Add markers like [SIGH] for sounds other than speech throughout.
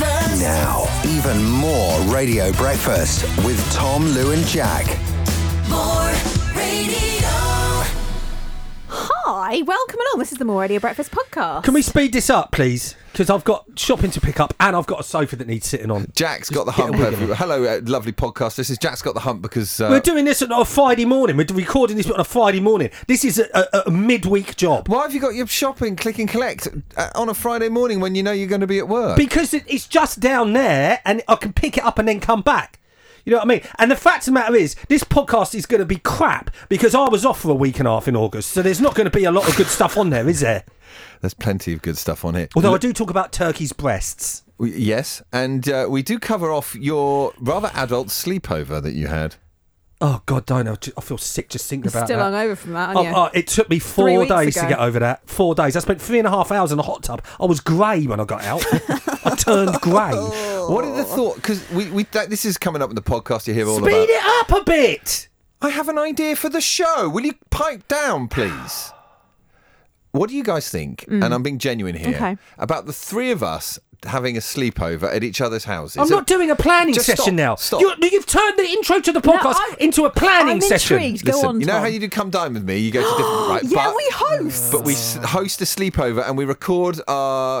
Now, even more Radio Breakfast with Tom, Lou, and Jack. More radio. Hi, welcome along. This is the More Radio Breakfast podcast. Can we speed this up, please? Because I've got shopping to pick up and I've got a sofa that needs sitting on. Jack's got the get a hump. wig on. everyone. Hello, uh, lovely podcast. This is Jack's got the hump because uh, We're doing this on a Friday morning. We're recording this on a Friday morning. This is a, a, a midweek job. why have you got your shopping click and collect uh, on a Friday morning when you know you're going to be at work? Because it, it's just down there and I can pick it up and then come back. You know what I mean? And the fact of the matter is, this podcast is going to be crap because I was off for a week and a half in August. So there's not going to be a lot of good stuff on there, is there? There's plenty of good stuff on here. Although I do talk about turkeys' breasts. We- yes, and uh, we do cover off your rather adult sleepover that you had. Oh, God, don't know. I feel sick just thinking You're about still that. hungover from that, Oh, aren't you? oh, it took me Three four weeks days ago. to get over that. Four days. I spent three and a half hours in a hot tub. I was grey when I got out. I turned grey. What are the thought? Because we, we that, this is coming up in the podcast. You hear all Oh. Speed about. it up a bit. I have an idea for the show. Will you pipe down, please? What do you guys think? And I'm being genuine here Okay. about the three of us having a sleepover at each other's houses. I'm not Uh, doing a planning Just session stop, now. stop. You, you've turned the intro to the podcast I'm- into a planning I'm session. intrigued. Go Listen, on, you know Tom. how you do come dine with me. You go to [GASPS] different right. yeah, but, we host. [LAUGHS] but we s- host a sleepover and we record our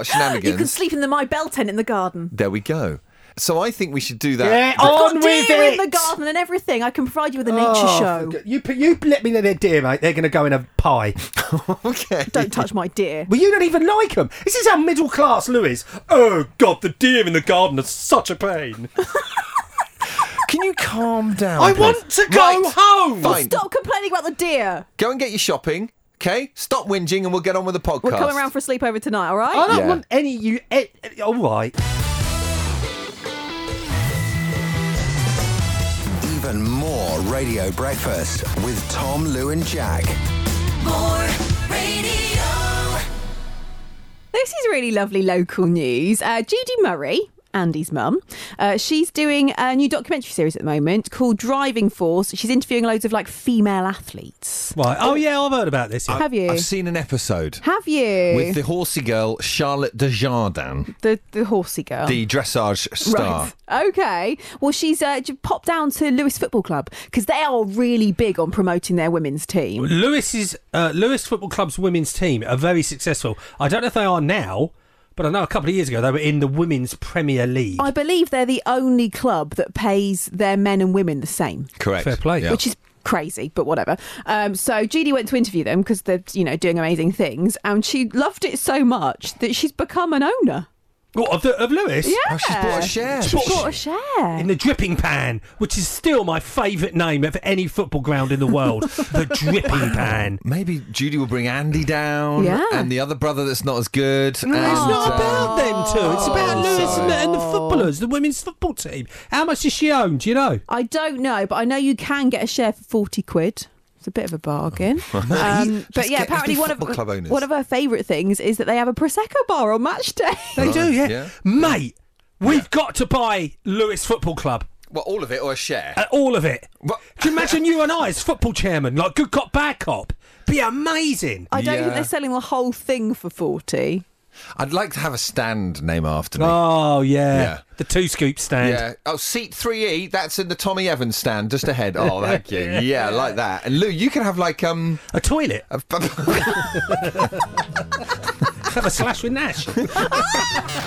[GASPS] You can shenanigans. sleep in the My Bell tent in the garden. there we go. So I think we should do Yeah, that. Got on with deer it. in the garden and everything. I can provide you with a nature Oh, show. You, you let me know they're dear, mate. They're going to go in a pie. okay. Don't touch my deer. Well, you don't even like them. This is how middle class Lou is. Oh, God, the deer in the garden are such a pain. Can you calm down? I please? want to go Right, home. Fine. oh, Stop complaining about the deer. Go and get your shopping. Okay. Stop whinging, and we'll get on with the podcast. We're coming round for a sleepover tonight, all I right? don't Yeah. want any you. eh, eh, all right. Even more Radio Breakfast with Tom, Lou, and Jack. More radio. This is really lovely local news. Uh, Judy Murray. Andy's mum. Uh, she's doing a new documentary series at the moment called Driving Force. She's interviewing loads of like female athletes. Right. Oh yeah, I've heard about this. Yeah. Have you? I've seen an episode Have you? with the horsey girl Charlotte Desjardins, the, the horsey girl. the dressage star. Oh. Right. Okay. Well, she's uh, j- popped down to Lewis Football Club because they are really big on promoting their women's team. Lewis's uh, Lewis Football Club's women's team are very successful. I don't know if they are now, but I know a couple of years ago they were in the women's Premier League. I believe they're the only club that pays their men and women the same, Correct. Fair play. Yeah. which is crazy, but whatever. Um, so Judy went to interview them because they're you know doing amazing things, and she loved it so much that she's become an owner. What, Oh, of, the, of Lewis? Yeah. Oh, she's bought a share. She bought a share. In the dripping pan, which is still my favourite name of any football ground in the [LAUGHS] world. the dripping pan. Maybe Judy will bring Andy down Yeah. and the other brother that's not as good. It's and, not uh, about them two. It's about Oh, Lewis and the, sorry. and the footballers, the women's football team. How much does she own? Do you know? I don't know, but I know you can get a share for forty quid. It's a bit of a [LAUGHS] bargain. um, but Let's yeah, get- let's be apparently one of football club owners. one of her favourite things is that they have a prosecco bar on match [LAUGHS] day. They do, yeah. yeah. Mate, we've got to buy Lewis Football Club. Well, all of it or a share. Uh, all of it. What? Do you imagine you and I as football chairman, like good cop, bad cop? Be amazing. I don't Yeah. think they're selling the whole thing for forty. I'd like to have a stand name after me. Oh yeah. Yeah. the two scoop stand. yeah. Oh, seat 3E, that's in the Tommy Evans stand just ahead. Oh, thank you. [LAUGHS] Yeah, I like that. And Lou, you can have like um A toilet. a, [LAUGHS] Have a slash with [LAUGHS] Nash.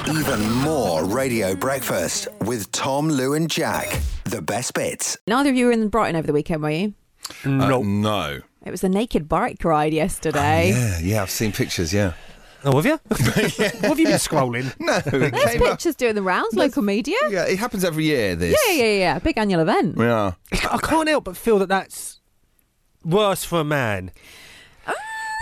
Even more Radio Breakfast with Tom, Lou, and Jack. The best bits. Neither of you were in Brighton over the weekend, were you? no. No. It was the naked bike ride yesterday. Oh, Yeah, yeah, I've seen pictures, yeah. [LAUGHS] Oh, have you? what have you been scrolling? No, it There's came up. pictures doing the rounds, local media. Yeah, Yeah, it happens every year this. yeah, yeah, yeah. Big annual event. Yeah. [LAUGHS] I can't help but feel that that's worse for a man.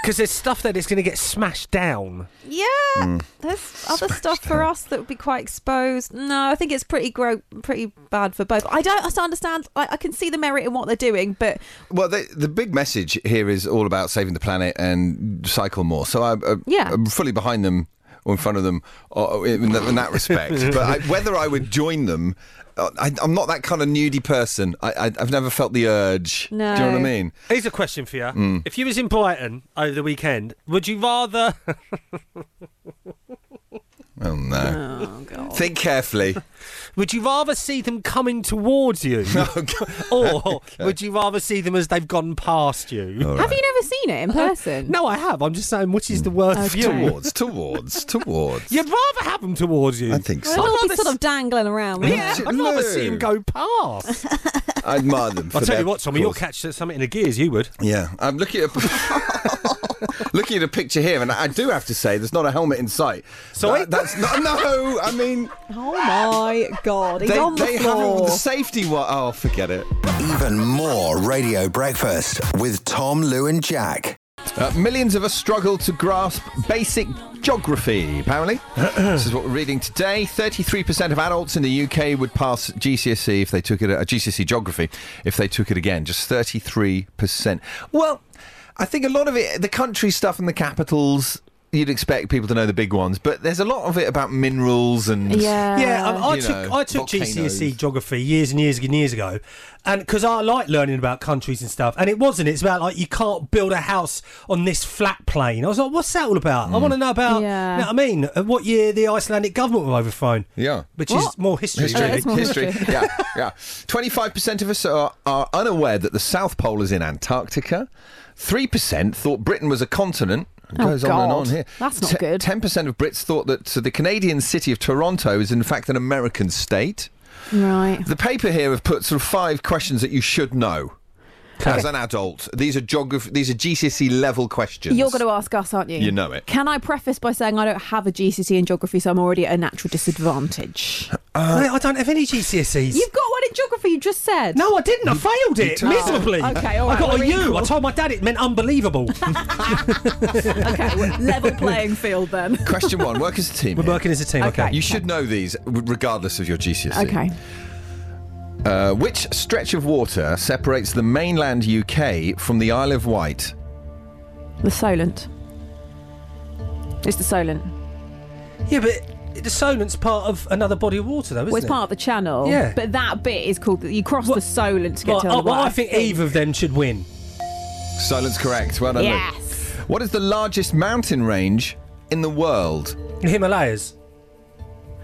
Because there's stuff that is going to get smashed down. Yeah, Mm. there's other stuff for us that would be quite exposed. No, I think it's pretty gro- pretty bad for both. I don't I still understand. I, I can see the merit in what they're doing, but Well, the, the big message here is all about saving the planet and cycle more. So I, I, Yeah. I'm fully behind them or in front of them or in, that- in that respect. [LAUGHS] but I, whether I would join them, uh, I, I'm not that kind of nudie person. I, I, I've never felt the urge. Do you know what I No. mean? Here's a question for you. Mm. If you was in Brighton over the weekend, would you rather Oh, no. oh god, Think [LAUGHS] carefully. Would you rather see them coming towards [LAUGHS] you, Oh, [LAUGHS] or would you rather see them as they've gone past you? Oh. Have you never seen it in person? No, I have. I'm just saying, which is Hmm. the worst view? Towards, towards, towards. You'd rather have them towards you. I think They'll so. all be rather sort of dangling around. wouldn't Yeah, Yeah, I'd rather no. see him go past. I admire them. [LAUGHS] For I'll tell their you what, Tommy, you'll cause. catch something in the gears, you would. Yeah, I'm looking at [LAUGHS] looking at a picture here, and I do have to say, there's not a helmet in sight. Sorry? That- that's not, no. I mean, they? Oh my god, he's they, on the they have it floor. with the safety. Wa- oh, forget it. Even more Radio Breakfast with Tom, Lou, and Jack. Uh, millions of us struggle to grasp basic geography, apparently. this is what we're reading today. 33% of adults in the UK would pass GCSE if they took it, uh, GCSE geography, if they took it again. Just 33%. Well, I think a lot of it, the country stuff and the capitals, you'd expect people to know the big ones, but there's a lot of it about minerals and. yeah. Yeah, um, I, Uh, You took, know, I took volcanoes. GCSE E geography years and years and years ago, and because I like learning about countries and stuff, and it wasn't. It's about like you can't build a house on this flat plain. I was like, what's that all about? I want to Mm. know about. Yeah. You know what I mean, Uh, what year the Icelandic government was overthrown? Yeah. which is What? Oh, more history. History, that's more history. history. yeah, yeah. Twenty-five percent of us are, are unaware that the South Pole is in Antarctica. Three percent thought Britain was a continent. It Oh, goes on and God. on here. That's not good. Ten percent of Brits thought that so the Canadian city of Toronto is in fact an American state. Right. The paper here have put sort of five questions that you should know as an adult. These are geography. These are GCSE level questions. You're going to ask us, aren't you? You know it. Can I preface by saying I don't have a GCSE E in geography, so I'm already at a natural disadvantage? Mate, I don't have any GCSEs. You've got one in geography, you just said. No, I didn't. I failed it took- miserably. Oh, okay, all I right, got a we're U. I equal. told my dad it meant [LAUGHS] unbelievable. Okay, well, [LAUGHS] level playing field then. Question one: Work as a team. We're here. working as a team. Okay. Okay. You should know these regardless of your GCSE. Okay. Uh, which stretch of water separates the mainland UK from the Isle of Wight? The Solent. It's the Solent. Yeah, but the Solent's part of another body of water, though, isn't Well, it's it? part of the channel. Yeah. But that bit is called, you cross Well, the Solent to get Well, to I, Isle of well, Wight, I think either of them should win. Silence correct. Well done. Luke. Yes. What is the largest mountain range in the world? The Himalayas.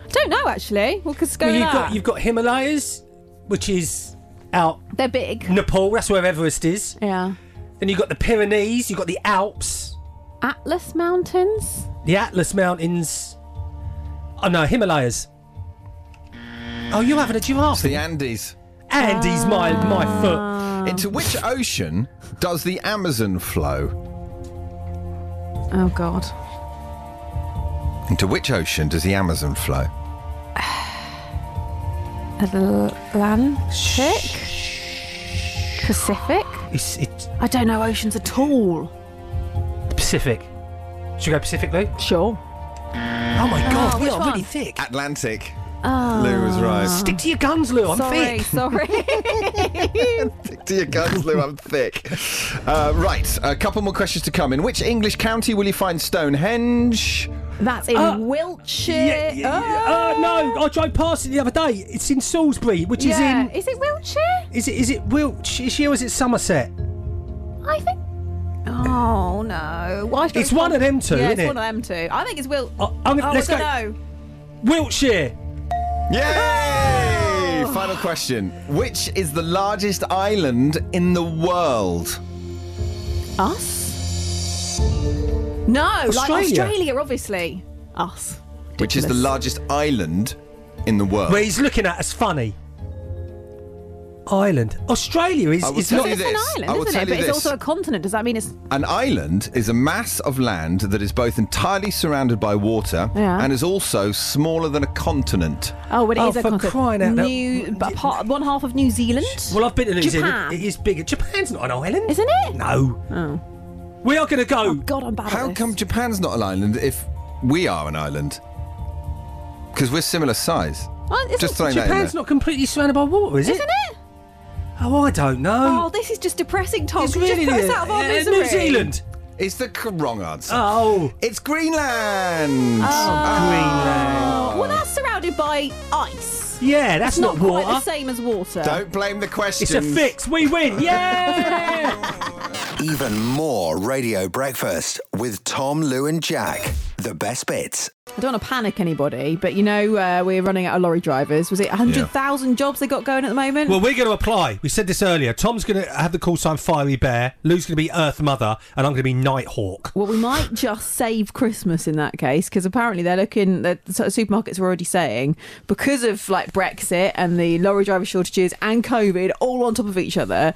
Don't know, actually. Well, because go Well, with you've that. got you've got Himalayas, which is out They're big. Nepal. That's where Everest is. Yeah. Then you've got the Pyrenees. You've got the Alps, Atlas Mountains? the Atlas Mountains. Oh no, Himalayas. Oh, you're having a giraffe. It's the Andes. Andy's my my Ah. foot. Into which ocean does the Amazon flow? Oh, God. Into which ocean does the Amazon flow? Atlantic? Pacific? It's, it's I don't know oceans at all. the Pacific. Should we go Pacific, Lou? Sure. Oh my God, we Ah, which are really one? thick. Atlantic. Lou was right. Stick to your guns, Lou. I'm sorry, thick. sorry. [LAUGHS] Stick to your guns, Lou. I'm thick. Uh, right, a couple more questions to come. In which English county will you find Stonehenge? That's in Uh, Wiltshire. Oh, Yeah, yeah, yeah. Uh, no, I drove past it the other day. It's in Salisbury, which Oh, yeah. is in. Is it Wiltshire? Is it is it Wiltshire or is it Somerset? I think. Oh no! Why should It's I- one of them two, Yeah, isn't it's it? one of them two. I think it's Wilt. Uh, I'm gonna- oh, let's I go. don't know. Wiltshire. Yay! Final question. Which is the largest island in the world? Us? No, like Australia. Australia, obviously. Us. Which is the Ridiculous. largest island in the world? Where he's looking at us funny. Ireland. Australia is, I will is tell not. you It's an this. I will island, isn't tell it? you But it's this. also a continent. Does that mean it's? An island is a mass of land that is both entirely surrounded by water Yeah. and is also smaller than a continent. Oh, well, it is Oh, a for continent. crying out loud. New, but part, one half of New Zealand. Well, I've been to New Japan. Zealand. It is bigger. Japan's not an island. Isn't it? Oh. No. We are going to go. God, I'm bad at How this. come Japan's not an island if we are an island? Because we're similar size. Oh, isn't- Just throwing that in Japan's there. not completely surrounded by water, is it? Isn't it? Oh, I don't know. Oh, this is just depressing, Tom. it's Can you really Oh, just put us out of our Yeah, misery? New Zealand. It's the c- wrong answer. Oh. It's Greenland. Ah. Oh, well, that's surrounded by ice. Yeah, that's It's not, not, water. quite the same as water. Don't blame the question. It's a fix. [LAUGHS] We win. Yeah. Even more Radio Breakfast with Tom, Lou, and Jack. the best bits. I don't want to panic anybody, but you know, uh, we're running out of lorry drivers. Was it 100,000 jobs they got going at the moment? Well, we're going to apply. We said this earlier. Tom's going to have the call sign Fiery Bear. Lou's going to be Earth Mother, and I'm going to be Nighthawk. Well, we might just save Christmas in that case because apparently they're looking. The sort of supermarkets are already saying because of like Brexit and the lorry driver shortages and COVID all on top of each other,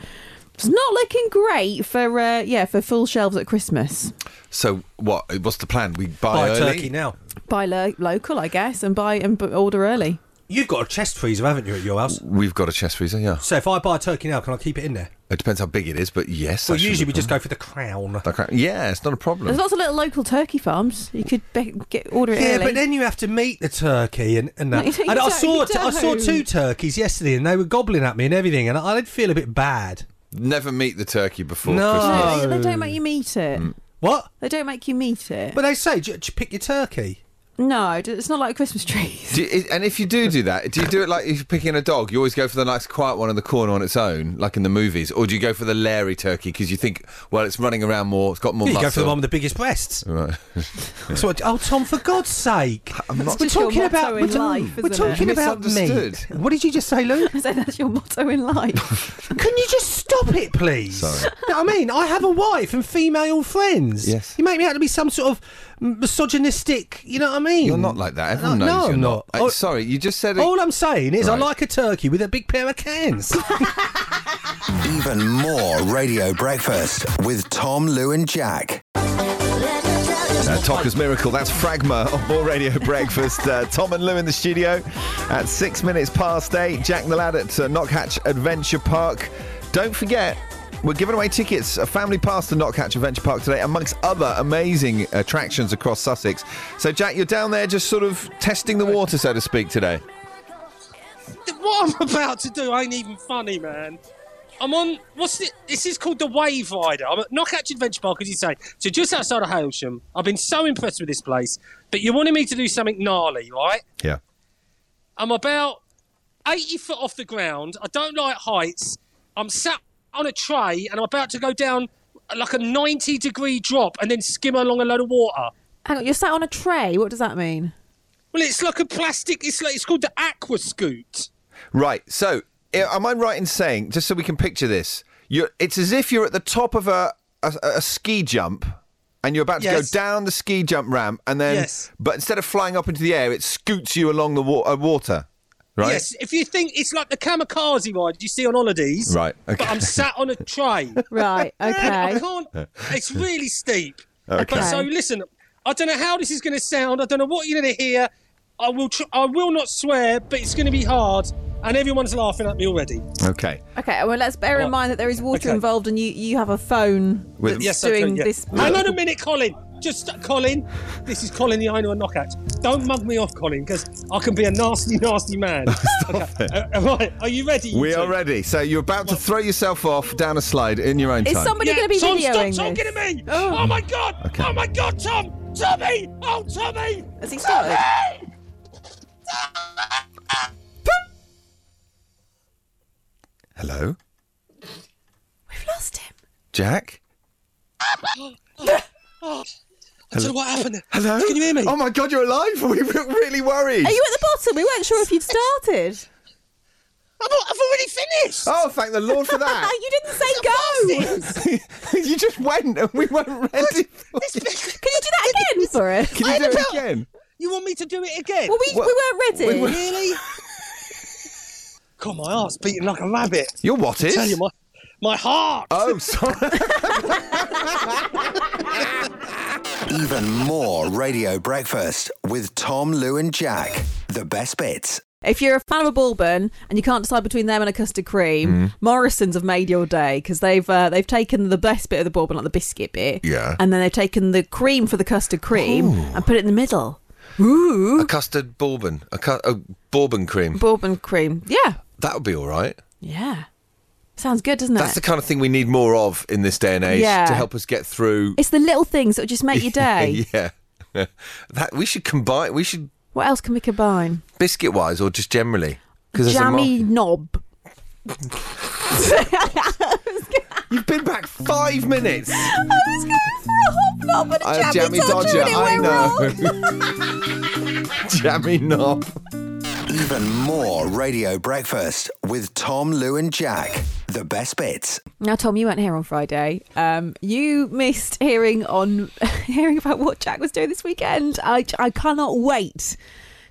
it's not looking great for uh, yeah for full shelves at Christmas. So what? What's the plan? We buy, Buy a early? turkey now. Buy lo- local, I guess, and buy and b- order early. You've got a chest freezer, haven't you, at your house? We've got a chest freezer. Yeah, So if I buy a turkey now, can I keep it in there? it depends how big it is, but yes. Well, I should usually we have just done go for the crown. that. Okay. Yeah, it's not a problem. There's lots of little local turkey farms. You could be- get order it Yeah, early. but then you have to meet the turkey and and, that. No, [LAUGHS] you and I don't, saw you t- I saw don't. two turkeys yesterday, and they were gobbling at me and everything, and I did feel a bit bad. Never meet the turkey before. No. Christmas. no, they, they don't make you meet it. What? They don't make you meet it. But they say, "Do you- do you pick your turkey? no, d- it's not like Christmas trees. [LAUGHS] Do you, and if you do do that, do you do it like if you're picking a dog? You always go for the nice quiet one in the corner on its own, like in the movies, or do you go for the lairy turkey because you think, well, it's running around more, it's got more You go for muscle? the one with the biggest breasts. Right. So, I- oh, Tom, for God's sake! That's just your motto in we're, life, we're isn't it? talking about me. Misunderstood. What did you just say, [LAUGHS] Lou? So that's your motto in life. [LAUGHS] Can you just stop it, please? Sorry. No, I mean, I have a wife and female friends. Yes. You make me out to be some sort of misogynistic. You know what I mean? You're not like that. Everyone No, knows no, you're I'm not. not. I- Oh- sorry, you just said it. All I'm saying is, Right. I like a turkey with a big pair of cans. Even more Radio Breakfast with Tom, Lou, and Jack. Uh, Tokka's Miracle, that's Fragma [LAUGHS] on More Radio Breakfast. Uh, Tom and Lou in the studio at six minutes past eight. Jack the Lad at uh, Knockhatch Adventure Park. Don't forget, we're giving away tickets, a family pass to Knockhatch Adventure Park today, amongst other amazing attractions across Sussex. So, Jack, you're down there just sort of testing the water, so to speak, today. what I'm [LAUGHS] about to do ain't even funny, man. I'm on what's it? This is called the Wave Rider. I'm at Knockhatch Adventure Park, as you say. So just outside of Hailsham. I've been so impressed with this place, but you wanted me to do something gnarly, right? Yeah. I'm about 80 foot off the ground. I don't like heights. I'm sat on a tray and I'm about to go down like a 90 degree drop and then skim along a load of water. Hang on, you're sat on a tray. What does that mean? Well, it's like a plastic. It's like it's called the Aqua Scoot. Right. So, i- am I right in saying, just so we can picture this, you're, it's as if you're at the top of a, a, a ski jump and you're about to Yes. go down the ski jump ramp, and then, Yes. but instead of flying up into the air, it scoots you along the wa- uh, water. Right? Yes, if you think it's like the kamikaze ride you see on holidays. Right, okay. But I'm sat on a tray. Right, okay. I can't. It's really steep. Okay. But so listen, I don't know how this is going to sound. I don't know what you're going to hear. I will. Tr- I will not swear, but it's going to be hard. And everyone's laughing at me already. Okay. Okay, well, let's bear in What? mind that there is water Okay. involved and you, you have a phone With- that's Yes, I doing do, yeah. this. Hang on a minute, Colin. Just Colin. This is Colin the Ino and Knockout. Don't mug me off, Colin, because I can be a nasty, nasty [LAUGHS] man. okay. Uh, right. Are you ready? you We two? are ready. So, you're about to throw yourself off down a slide in your own Is time. somebody going to be Tom, videoing stop this? talking to me! Oh. Oh, my god! Oh my god, Tom! Tommy! Oh, Tommy! Has he started? Hello? We've lost him. Jack? I don't know what happened there. Hello? Can you hear me? Oh my God, you're alive? [LAUGHS] We were really worried. Are you at the bottom? We weren't sure if you'd started. I've, al- I've already finished! Oh, thank the Lord for [LAUGHS] that. [LAUGHS] you didn't say go. [LAUGHS] you just went and we weren't ready. for it. Can you do that again for us? Can you do it about- again? You want me to do it again? Well, we, Well, we weren't ready. really? God, my heart's beating like a rabbit. Your what is? tell you, my, my heart! oh, sorry. Even more Radio Breakfast with Tom, Lou, and Jack. The best bits. If you're a fan of a Bourbon and you can't decide between them and a custard cream, Mm. Morrison's have made your day because they've uh, they've taken the best bit of the Bourbon, like the biscuit bit, Yeah. and then they've taken the cream for the custard cream and put it in the middle. Ooh, [LAUGHS] a custard bourbon, a, cu- a bourbon cream. Bourbon cream, yeah, That would be all right. yeah, sounds good, doesn't That's it? the kind of thing we need more of in this day and age Yeah. to help us get through. it's the little things that just [LAUGHS] make your day. yeah. [LAUGHS] that we should combine. We should What else can we combine? biscuit wise or just generally. Because Jammy knob. [LAUGHS] You've been back five minutes. I was going for a hot knob and a I jammy, jammy dodger. and it I went wrong. know. jammy knob. Even more Radio Breakfast with Tom, Lou, and Jack. The best bits. Now, Tom, you weren't here on Friday. Um, you missed hearing on [LAUGHS] hearing about what Jack was doing this weekend. I, I cannot wait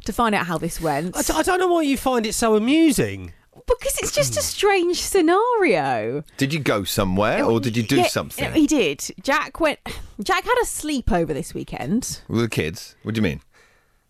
to find out how this went I, d- I don't know why you find it so amusing. because it's just a strange scenario. Did you go somewhere or did you do Yeah, something He did. Jack went. Jack had a sleepover this weekend. with the kids? What do you mean?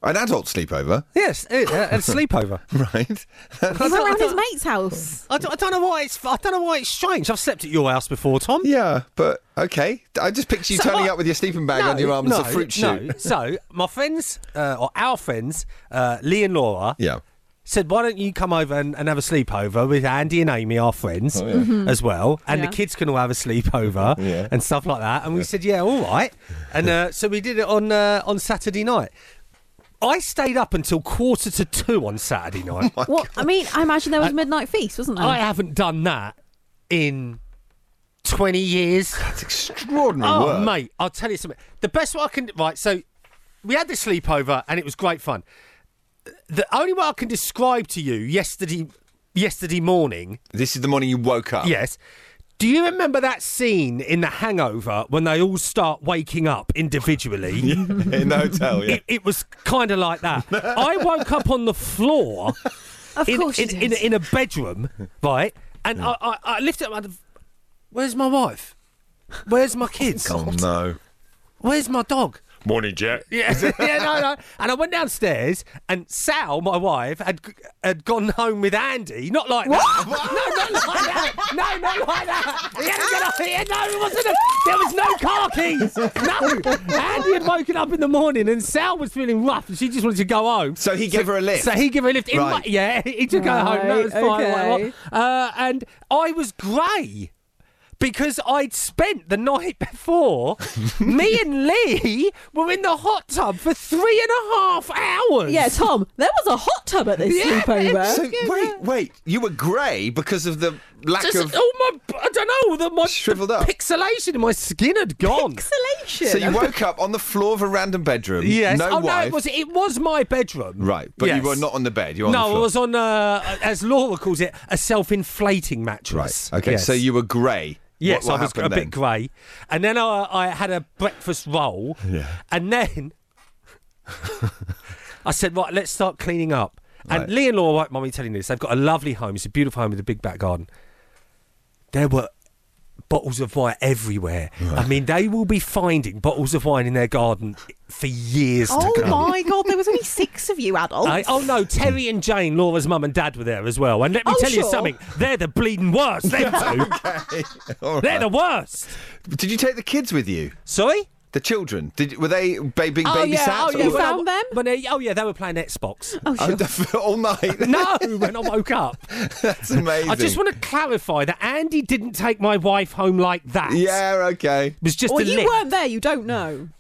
An adult sleepover, [LAUGHS] Yes, uh, uh, [LAUGHS] a sleepover. right? He went round [LAUGHS] his mate's house. I don't, I don't know why it's. I don't know why it's strange. I've slept at your house before, Tom. yeah, but okay. I just picture you So turning what- up with your sleeping bag on your arm as a fruit shoot. no. [LAUGHS] So my friends, uh, or our friends, uh, Lee and Laura, Yeah. said, "Why don't you come over and, and have a sleepover with Andy and Amy, our friends, as well, and Yeah. the kids can all have a sleepover Oh, [LAUGHS] Yeah. and stuff like that." And we said, "Yeah, all right." And uh, so we did it on uh, on Saturday night. I stayed up until quarter to two on Saturday [LAUGHS] night. Oh What? I mean, I imagine there was a midnight feast, wasn't there? I haven't done that in twenty years. It's extraordinary Oh, work. mate, I'll tell you something. The best way I can right. So we had the sleepover, and it was great fun. The only way I can describe to you yesterday, yesterday morning. This is the morning you woke up. Yes. Do you remember that scene in The Hangover when they all start waking up individually? [LAUGHS] [LAUGHS] In the [LAUGHS] hotel, yeah. It, it was kind of like that. I woke up on the floor of in, course, in, you in, did. in a bedroom, right? And I, I, I lifted up. and- Where's my wife? Where's my kids? oh, no. Where's my dog? Morning, Jack. Yeah, [LAUGHS] yeah, no, no. And I went downstairs, and Sal, my wife, had had gone home with Andy. Not like that. No, not like that. No, not like that. He hadn't got up here. No, it wasn't. A, there was no car keys. No. Andy had woken up in the morning, and Sal was feeling rough, and she just wanted to go home. So he gave her a lift. So he gave her a lift. In Right. my, yeah, [LAUGHS] he took her home. That was Right, fine. what- okay. what- Uh, and I was grey because I'd spent the night [LAUGHS] [LAUGHS] before. me and Lee were in the hot tub for three and a half hours. yeah, Tom, there was a hot tub at this [LAUGHS] Yeah, sleepover. So, wait, wait. You were grey because of the lack Just oh, of. all my, I don't know, the, my Shriveled the up. pixelation in my skin had gone. Pixelation. [LAUGHS] So you woke up on the floor of a random bedroom. Yes. No oh no, wife. it was it was my bedroom. Right, but Yes. you were not on the bed. You were on the No, I floor. was on uh, as Laura calls it, a self-inflating mattress. Right. Okay. Yes. So you were grey. Yes, what, what I was happened a then? bit grey, and then I, I had a breakfast roll, Yeah. and then I said, "Right, let's start cleaning up." Right. And Lee and Laura won't mind me telling you this. They've got a lovely home. It's a beautiful home with a big back garden. There were bottles of wine everywhere. I mean, they will be finding bottles of wine in their garden for years Oh to come. my god, there was only six of you adults. I, oh no, Terry and Jane, Laura's mum and dad were there as well. And let me Oh, tell you sure. something, they're the bleeding worst. Them [LAUGHS] two, All they're right. the worst. Did you take the kids with you? Sorry. The children? Did were they ba- being Oh, babysat? Oh, yeah. You or- when I- found them? When I, oh yeah, they were playing Xbox. Oh, sure. [LAUGHS] all night. no, when I [LAUGHS] woke up, That's [LAUGHS] amazing. I just want to clarify that Andy didn't take my wife home like that. Yeah. [LAUGHS] Okay. It was just well, a you lift. weren't there. You don't know.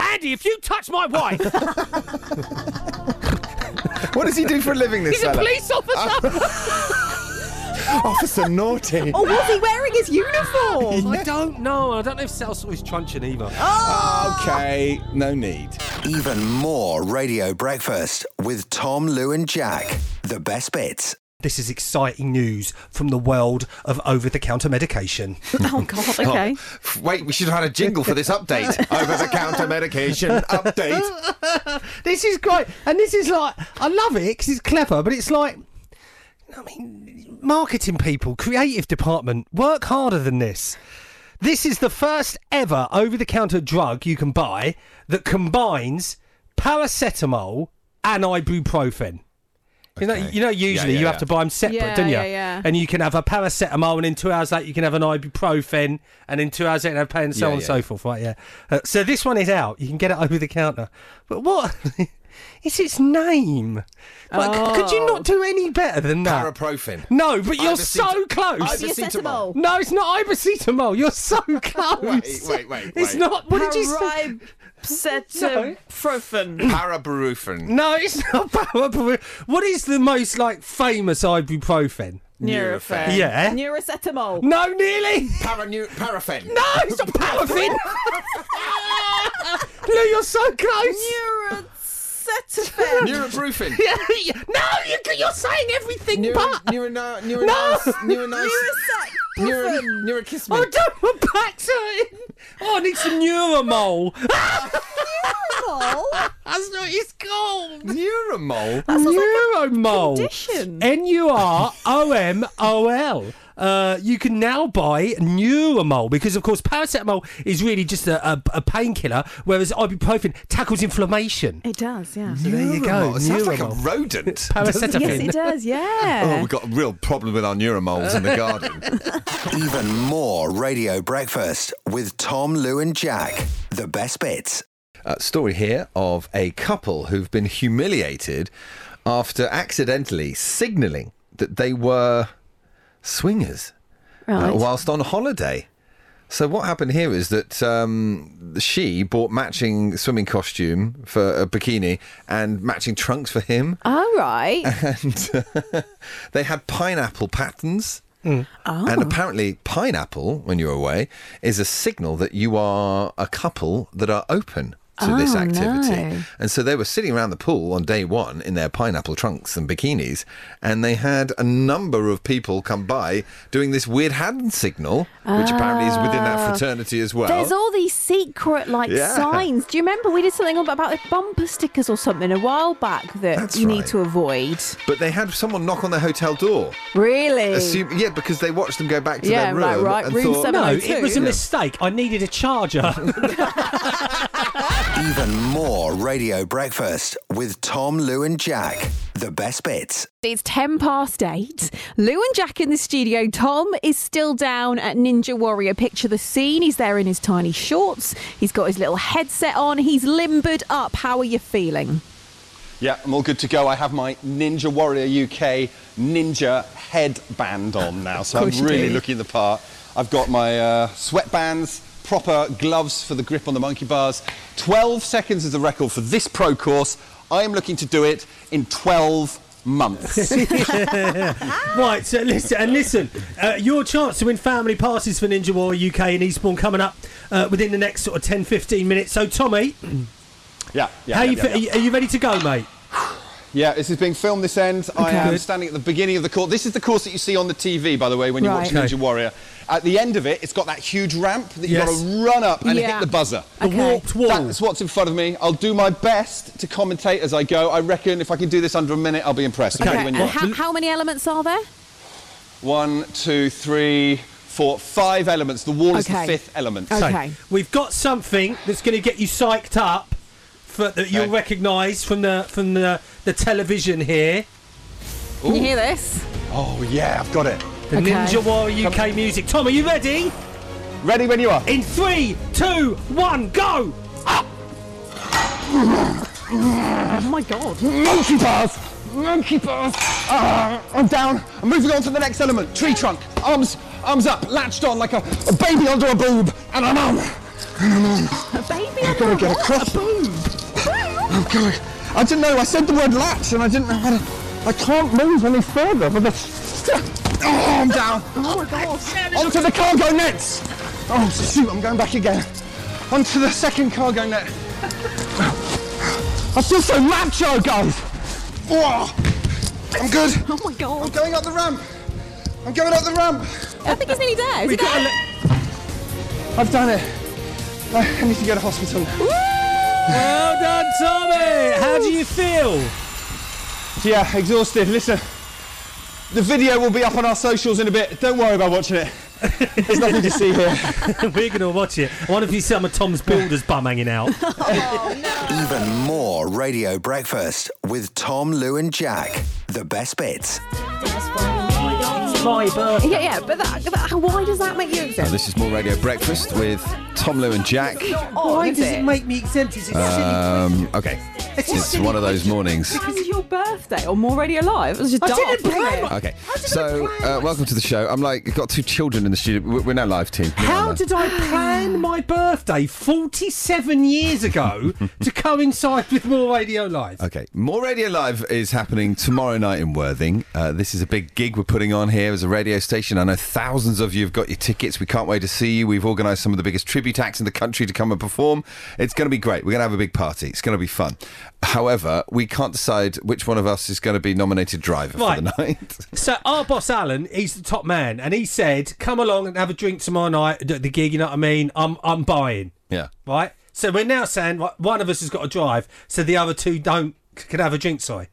Andy, if you touch [LAUGHS] my wife, What does he do for a living? This he's a fella? police officer. officer. Naughty. Or Oh, was he wearing his uniform? [LAUGHS] [LAUGHS] I don't know. I don't know if Sal saw his truncheon either. [LAUGHS] Oh. Okay. No need. Even more Radio Breakfast with Tom, Lou, and Jack. The best bits. This is exciting news from the world of over-the-counter medication. oh [LAUGHS] god. Okay. Wait, we should have had a jingle for this [LAUGHS] update. Over the counter medication update. this is great, and this is like I love it because it's clever, but it's like. I mean, marketing people, creative department, work harder than this. This is the first ever over the counter drug you can buy that combines paracetamol and ibuprofen. You know, Okay. you know. Usually, yeah, you yeah. have to buy them separate, Yeah, don't you? yeah, yeah. And you can have a paracetamol, and in two hours later, you can have an ibuprofen, and in two hours later, have pain, and so on Yeah, and yeah. so forth. Right? Yeah. Uh, so this one is out. You can get it over the counter. But what? [LAUGHS] It's its name. Like, c- could you Oh. not do any better than that? [LAUGHS] Paraprofen. no, but you're so Iboceta- close. Ibocetamol. No, it's not ibocetamol. You're so close. [LAUGHS] Wait, wait, wait, It's wait. not. What did you say? Paribsetoprofen. [LAUGHS] Parabarufen. No, it's not power. What is the most like famous ibuprofen? Nurofen. Yeah. Neurocetamol. No, nearly. [LAUGHS] Paranu- parafen. No, it's not [LAUGHS] paraffin. [LAUGHS] Lou, you're so [LAUGHS] close. Neurocetamol. Neurobrufin. Yeah, yeah. no, you, you're saying everything Neuro, but. neuro, No. neuro, [LAUGHS] neuro, neuro, neuro, Oh, don't my back's hurting. Oh, I need some Neuromol. That's not what it's called. Neuromol. Neuromol. condition. N U R O M O L. Uh, you can now buy Neuromol because, of course, paracetamol is really just a, a, a painkiller, whereas ibuprofen tackles inflammation. It does, yeah. So there you go. It sounds like a Neuromol. rodent. Paracetamol. Yes, it does, [LAUGHS] Oh, yeah. we've got a real problem with our [LAUGHS] neuromoles in the garden. Even more Radio Breakfast with Tom, Lou, and Jack. The best bits. uh, story here of a couple who've been humiliated after accidentally signalling that they were swingers uh, Right. whilst on holiday. So what happened here is that um, she bought matching swimming costume for a bikini and matching trunks for him, All right. and [LAUGHS] they had pineapple patterns. Hmm. Oh. And apparently, pineapple when you're away is a signal that you are a couple that are open to this Oh, activity. no. And so they were sitting around the pool on day one in their pineapple trunks and bikinis, and they had a number of people come by doing this weird hand signal, which apparently is within that fraternity as well. Ah. There's all these secret like Yeah. signs. Do you remember we did something about the bumper stickers or something a while back that That's you right. need to avoid? but they had someone knock on their hotel door. Really? Assume, yeah, because they watched them go back to Yeah, their room. right, right, and room thought, seven- No, Oh, it was a yeah. mistake. I needed a charger. [LAUGHS] Even more Radio Breakfast with Tom, Lou, and Jack. The best bits. It's 10 past 8. Lou and Jack in the studio. Tom is still down at Ninja Warrior. Picture the scene. He's there in his tiny shorts. He's got his little headset on. He's limbered up. How are you feeling? Yeah, I'm all good to go. I have my Ninja Warrior UK Ninja headband on now, so I'm course you really do. looking the part. I've got my uh, sweatbands, proper gloves for the grip on the monkey bars. 12 seconds is the record for this pro course. I am looking to do it in 12 [LAUGHS] months. Right, so listen and listen. Uh, your chance to win family passes for Ninja Warrior UK and Eastbourne coming up uh, within the next sort of 10, 15 minutes. So, Tommy, yeah, yeah. how yeah, you yeah, fe- yeah. are you- are you ready to go, mate? Yeah, this is being filmed this end. I am Good. standing at the beginning of the course. This is the course that you see on the TV, by the way, when you watch Right. Ninja Warrior. At the end of it, it's got that huge ramp that you've got Yes. to run up and Yeah. hit the buzzer. The Okay. warped wall. That's what's in front of me. I'll do my best to commentate as I go. I reckon if I can do this under a minute, I'll be impressed. I'm ready when And you are. how, how many elements are there? One, two, three, four, five elements. The wall is Okay. the fifth element. Okay. We've got something that's going to get you psyched up for, that you'll Okay. recognise from the from the, the television here. Can you hear this? Oh, yeah, I've got it. The Okay. Ninja Warrior UK music. Tom, are you ready? Ready when you are. In three, two, one, go! Oh my God. Monkey bars! Monkey bars! Ah, I'm down. I'm moving on to the next element. Tree trunk. Arms, arms up, latched on like a, a baby under a boob. And I'm on. A baby I've got to on get across. A boob. Oh god. I didn't know. I said the word latch, and I didn't know how to. I can't move any further. But the. Oh, I'm down. Oh my God. Onto the cargo nets. Oh shoot! I'm going back again. Onto the second cargo net. I feel so macho, guys. Whoa. I'm good. Oh my God. I'm going up the ramp. I'm going up the ramp. I think he's nearly there. Is he there? I've done it. I I need to go to hospital. Well done, Tommy! How do you feel? Yeah, exhausted. Listen, the video will be up on our socials in a bit. Don't worry about watching it. There's nothing to see here. [LAUGHS] We're going to watch it. I wonder if you see some of Tom's builder's bum hanging out. Even more Radio Breakfast with Tom, Lou, and Jack. The best bits. My birthday. Yeah, yeah. But that, that, why does that make you exempt? This is more Radio Breakfast with Tom, Lou, and Jack. Why does Oh, it make me exempt? Is it Um, okay. It's one of those mornings. Planned your birthday on More Radio Live. It was just I dark. didn't wasn't plan it? my- Okay, so [LAUGHS] uh, welcome to the show. I'm like, I've got two children in the studio. We're, we're now live, team. How did I plan my birthday 47 years [LAUGHS] ago to coincide with more Radio Live? Okay, more Radio Live is happening tomorrow night in Worthing. Uh, this is a big gig we're putting on here as a radio station. I know thousands of you have got your tickets. We can't wait to see you. We've organised some of the biggest tribute acts in the country to come and perform. It's going to be great. We're going to have a big party. It's going to be fun. However, we can't decide which one of us is going to be nominated driver for the Right. night. [LAUGHS] So our boss Alan, he's the top man, and he said, "Come along and have a drink tomorrow night at the gig." You know what I mean? I'm I'm buying, yeah. right? So we're now saying right, one of us has got to drive, so the other two don't c- can have a drink. Sorry,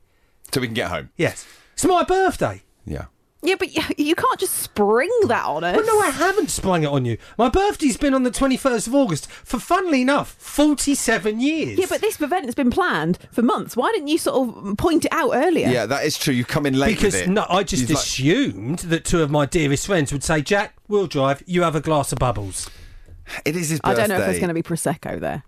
So we can get home. yes, it's my birthday. Yeah. Yeah, but y- you can't just spring that on us. But no, I haven't sprung it on you. My birthday's been on the twenty first of August for, funnily enough, forty seven years. Yeah, but this event has been planned for months. Why didn't you sort of point it out earlier? Yeah, that is true. You come in late with because it. no, I just You've like- assumed that two of my dearest friends would say, "Jack, we'll drive. You have a glass of bubbles." it is his I birthday. don't know if there's going to be prosecco there.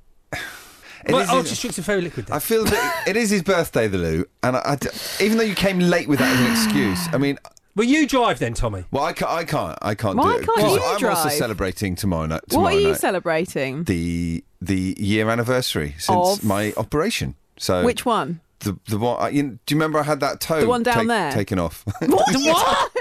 It well, is I'll his- just drink some very liquid. Then. I feel that it is his birthday, the Lou, and I, I d- even though you came late with that as an excuse, I mean, Will you drive then, Tommy? well, I can't, I can't, I can't Why do it can't 'cause you I'm also drive? celebrating tomorrow night. what tomorrow are you night, celebrating? The the year anniversary since Of? my operation. So Which one? The the one. I, you, do you remember I had that toe? The one down take- there? taken off. [LAUGHS] [LAUGHS] What? what?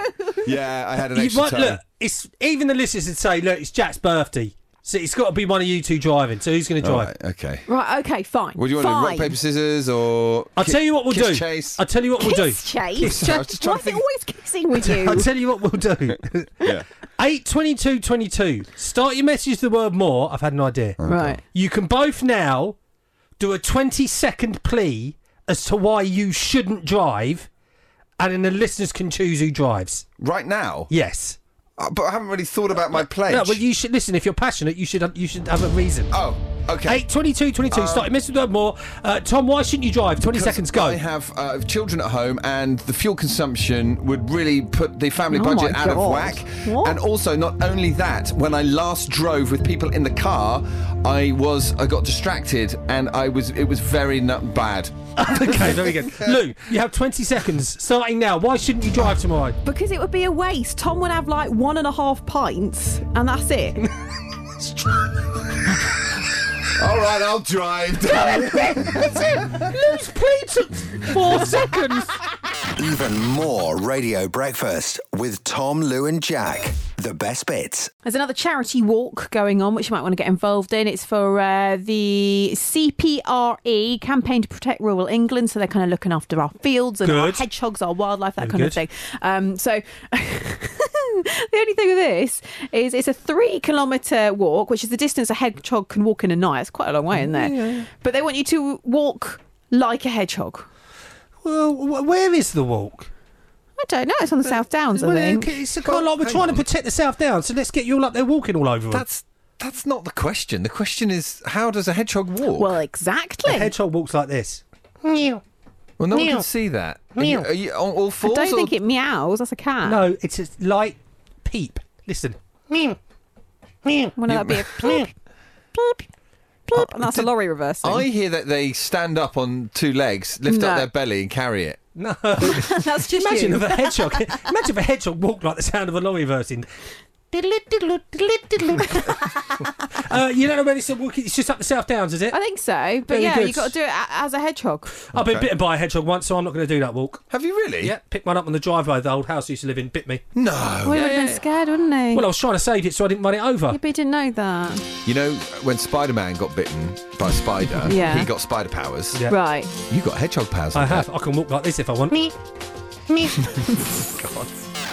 [LAUGHS] yeah, I had an You extra might, toe. look, it's even the listeners would say, look, it's Jack's birthday, so it's got to be one of you two driving. So who's going to All drive? right, okay. Right, okay, fine. What do you want to do? fine. Rock paper scissors or? I'll ki- tell you what we'll kiss do. Chase. I'll tell you what we'll do. Kiss chase? I was just trying Why is to it think- always kissing with [LAUGHS] you? I'll tell you what we'll do. yeah. Eight twenty-two twenty-two. Start your message the word more. I've had an idea. right. You can both now do a 20 second plea as to why you shouldn't drive, and then the listeners can choose who drives. Right now, Yes. Uh, but I haven't really thought about my pledge. No, well, you should listen. If you're passionate, you should you should have a reason. Oh, okay. Eight twenty-two, twenty-two. 22, starting Mr. Dudmore. Uh, Tom, why shouldn't you drive? 20 Because Oh. seconds, go. [LAUGHS] I have uh, children at home, and the fuel consumption would really put the family Oh budget my out of God. whack. What? And also, not only that, when I last drove with people in the car, I was I got distracted, and I was it was very nut [LAUGHS] bad. okay, very [LAUGHS] good. Lou, you have 20 seconds, starting now. Why shouldn't you drive tomorrow? Because it would be a waste. Tom would have like one and a half pints, and that's it. All right, [LAUGHS] I'll drive. Lou's plea took four seconds. Even more Radio Breakfast with Tom, Lou, and Jack. The best bits. There's another charity walk going on, which you might want to get involved in. It's for uh, the CPRE E, campaign to protect rural England, so they're kind of looking after our fields and our Good. hedgehogs, our wildlife, that Very kind of thing. good. Um, so. [LAUGHS] The only thing with this is it's a three kilometre walk, which is the distance a hedgehog can walk in a night. It's quite a long way, isn't it? But they want you to walk like a hedgehog. Well, wh- where is the walk? I don't know. It's on the South Downs, I Uh, Well, think. It's kind of like we're trying to protect the South Down, so let's get you all up there walking all over 'em. that's that's not the question. The question is, how does a hedgehog walk? Well, exactly. A hedgehog walks like this. Well, no one can see that. Are you, are you on all I fours? don't or- think it meows. That's a cat. No, it's a light peep. Listen. Wouldn't that be [LAUGHS] a plop, plop, plop? Uh, And that's a lorry reversing. I hear that they stand up on two legs, lift No. up their belly, and carry it. No. [LAUGHS] that's just Imagine you. if a hedgehog. [LAUGHS] imagine if a hedgehog walked like the sound of a lorry versing. uh, you don't know where this is walking. It's just up the South Downs, is it? I think so, but Very yeah, good. you've got to do it a- as a hedgehog. I've been bitten by a hedgehog once, so I'm not going to do that walk. Have you really? Yeah, picked one up on the driveway of the old house I used to live in. Bit me. No. we would have been scared, wouldn't we? Well, I was trying to save it, so I didn't run it over. but he didn't know that. You know, when Spider Man got bitten by a spider, [LAUGHS] Yeah. he got spider powers. Yeah. [LAUGHS] Right. You got hedgehog powers. I like have. that. I can walk like this if I want.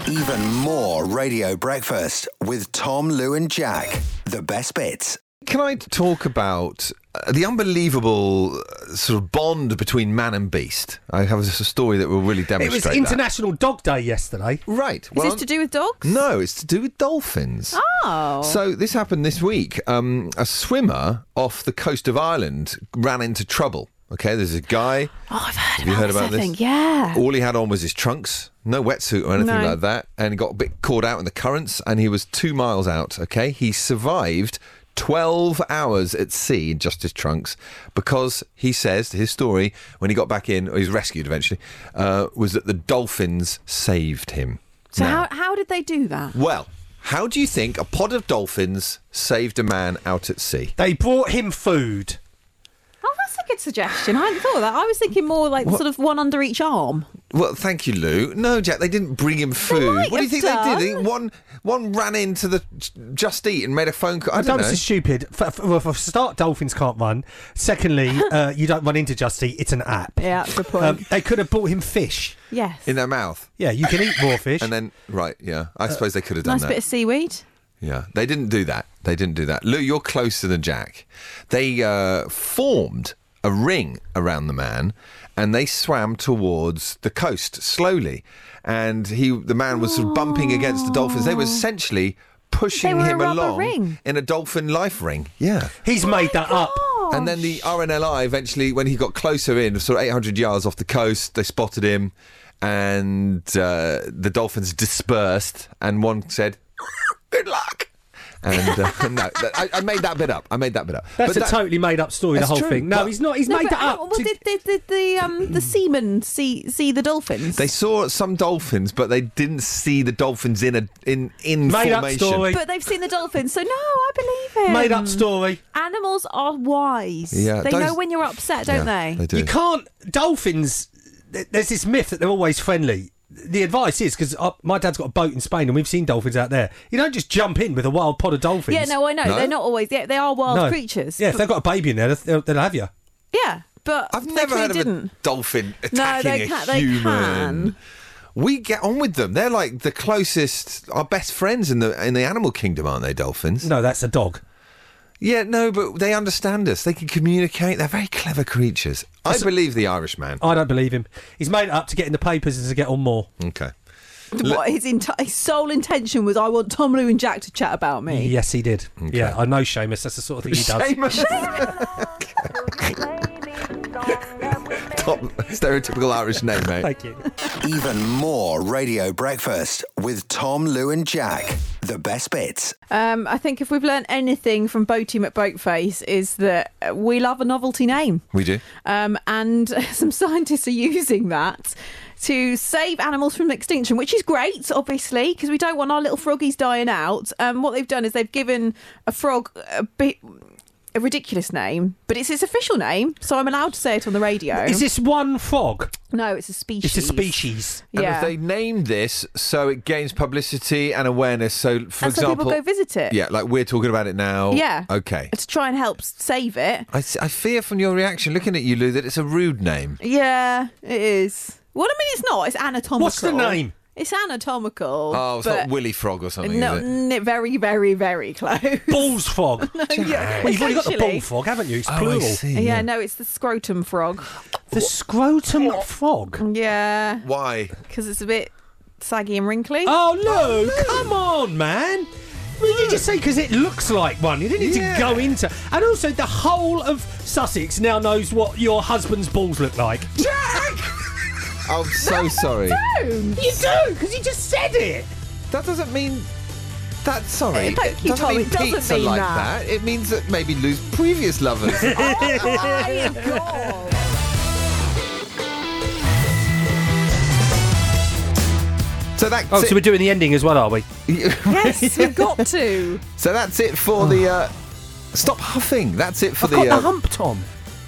Even more Radio Breakfast with Tom, Lou, and Jack. The best bits. Can I talk about uh, the unbelievable uh, sort of bond between man and beast? I have a s- story that will really It demonstrate was that. International Dog Day yesterday. Right. Is this to do with dogs? No, it's to do with dolphins. Oh. So this happened this week. Um, a swimmer off the coast of Ireland ran into trouble. Okay, there's a guy. oh, I've heard Have you about heard this, about I this? think. Yeah. All he had on was his trunks, no wetsuit or anything No. like that, and he got a bit caught out in the currents and he was two miles out, okay? He survived 12 hours at sea in Justice Trunks because he says his story when he got back in, or he's rescued eventually, uh, was that the dolphins saved him. So Now- how, how did they do that? Well, how do you think a pod of dolphins saved a man out at sea? They brought him food. Oh, that's a good suggestion. I hadn't thought of that. I was thinking more like sort of one under each arm. Well, thank you, Lou. No, Jack, they didn't bring him food. might What do you have think they did? They- One, one ran into the Just Eat and made a phone call. I don't Dolphins know. are stupid. For, for, for a start, dolphins can't run. [LAUGHS] Secondly, uh, you don't run into Justy. It's an app. Yeah, that's a good point. Um, they could have bought him fish. yes. In their mouth. Yeah, you can eat [LAUGHS] raw fish. And then, right, yeah. I suppose they could have done nice that. bit of seaweed. Yeah, they didn't do that. They didn't do that. Lou, you're closer than Jack. They uh, formed a ring around the man, and they swam towards the coast slowly. And he, the man, was sort of bumping against the dolphins. They were essentially pushing They were a him rubber along ring. in a dolphin life ring. Yeah. He's made that up. Oh. And then the RNLI eventually, when he got closer in, sort of 800 yards off the coast, they spotted him, and uh, the dolphins dispersed, and one said, [LAUGHS] "Good luck." And uh, [LAUGHS] no, that- I, I made that bit up. I made that bit up. That's But a that- totally made up story. The That's whole true, thing. No, but- he's not. He's No, made but that how- up. Well, to- did, did, did the um, [CLEARS THROAT] the seamen see see the dolphins? They saw some dolphins, but they didn't see the dolphins in a in in Made up formation. story. but they've seen the dolphins, so no, I believe it. made up story. Animals are wise. Yeah, they those- know when you're upset, don't Yeah, they? They do. You can't. Dolphins. th- There's this myth that they're always friendly. The advice is because my dad's got a boat in Spain and we've seen dolphins out there. You don't just jump in with a wild pod of dolphins. Yeah, no, I know. No? They're not always. Yeah, they are wild No. creatures. Yeah, if they've got a baby in there, they'll, they'll have you. yeah, but I've they never clearly heard of didn't. a dolphin attacking they a can't- they human. can. We get on with them. They're like the closest, our best friends in the in the animal kingdom, aren't they? Dolphins. No, that's a dog. Yeah, no, but they understand us. They can communicate. They're very clever creatures. I believe the Irishman. I don't believe him. He's made it up to get in the papers and to get on more. Okay. What his, enti- his sole intention was, I want Tom, Lou, and Jack to chat about me. Yes, he did. Yeah, I know Seamus. That's the sort of thing he does. Seamus. [LAUGHS] Top stereotypical Irish name, mate. Thank you. Even more Radio Breakfast with Tom, Lou, and Jack. The best bits. Um, I think if we've learned anything from Boaty McBoatface is that uh, we love a novelty name. We do. Um, and [LAUGHS] some scientists are using that to save animals from extinction, which is great, obviously, because we don't want our little froggies dying out. Um, what they've done is they've given a frog a bit. A ridiculous name, but it's its official name, so I'm allowed to say it on the radio. Is this one frog? No, it's a species. It's a species. And Yeah. if they named this so it gains publicity and awareness, so for and so example, people go visit it. yeah, like we're talking about it now. Yeah. Okay. To try and help save it. I, s- I fear from your reaction, looking at you, Lou, that it's a rude name. Yeah, it is. Well, I mean, it's not. It's anatomical. What's the name? It's anatomical. Oh, it's but- not Willy Frog or something, No, is it? n- very, very, very close. Balls frog. [LAUGHS] yeah, Well, you've already got the essentially. ball frog, haven't you? It's Oh, I plural. see. Yeah, no, it's the scrotum frog. The scrotum frog. Yeah, Why? because it's a bit saggy and wrinkly. Oh, no, come on, man. Well, you just say because it looks like one. You didn't need Yeah. to go into. And also, the whole of Sussex now knows what your husband's balls look like. I'm so sorry. [LAUGHS] You do, because you just said it. That doesn't mean that. Sorry, Uh, thank you, doesn't Tom, mean it doesn't pizza mean like that. Oh that. It means that maybe lose previous lovers. [LAUGHS] [LAUGHS] so that. Oh, so we're doing the ending as well, are we? [LAUGHS] yes, we've got to. [LAUGHS] so that's it for the. Uh, stop huffing. That's it for I've got the. the Uh, hump, Tom.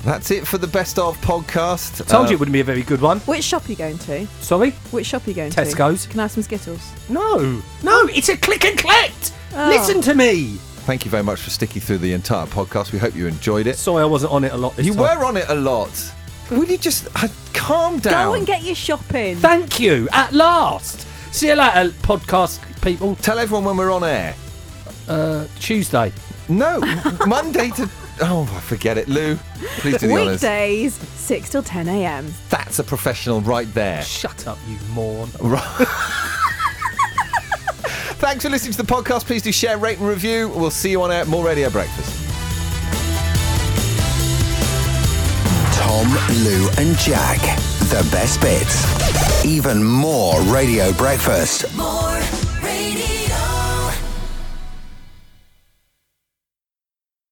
that's it for the best of podcast. Told Uh, you it wouldn't be a very good one. Which shop are you going to? Sorry? Which shop are you going to? Tesco's. Can I have some Skittles? No. No, it's a click and collect. Ah. Listen to me. Thank you very much for sticking through the entire podcast. We hope you enjoyed it. Sorry, I wasn't on it a lot this You time. were on it a lot. Will you just uh, calm down? Go and get your shopping. Thank you. At last. See you later, podcast people. Uh, Tell everyone when we're on air. Tuesday. No, [LAUGHS] Monday to. Oh, I forget it, Lou. Please do the honors. Weekdays, 6 till 10 a.m. That's a professional right there. Shut up, you moron. Thanks for listening to the podcast. Please do share, rate, and review. We'll see you on air. More Radio Breakfast. Tom, Lou, and Jack. The best bits. Even more Radio Breakfast. More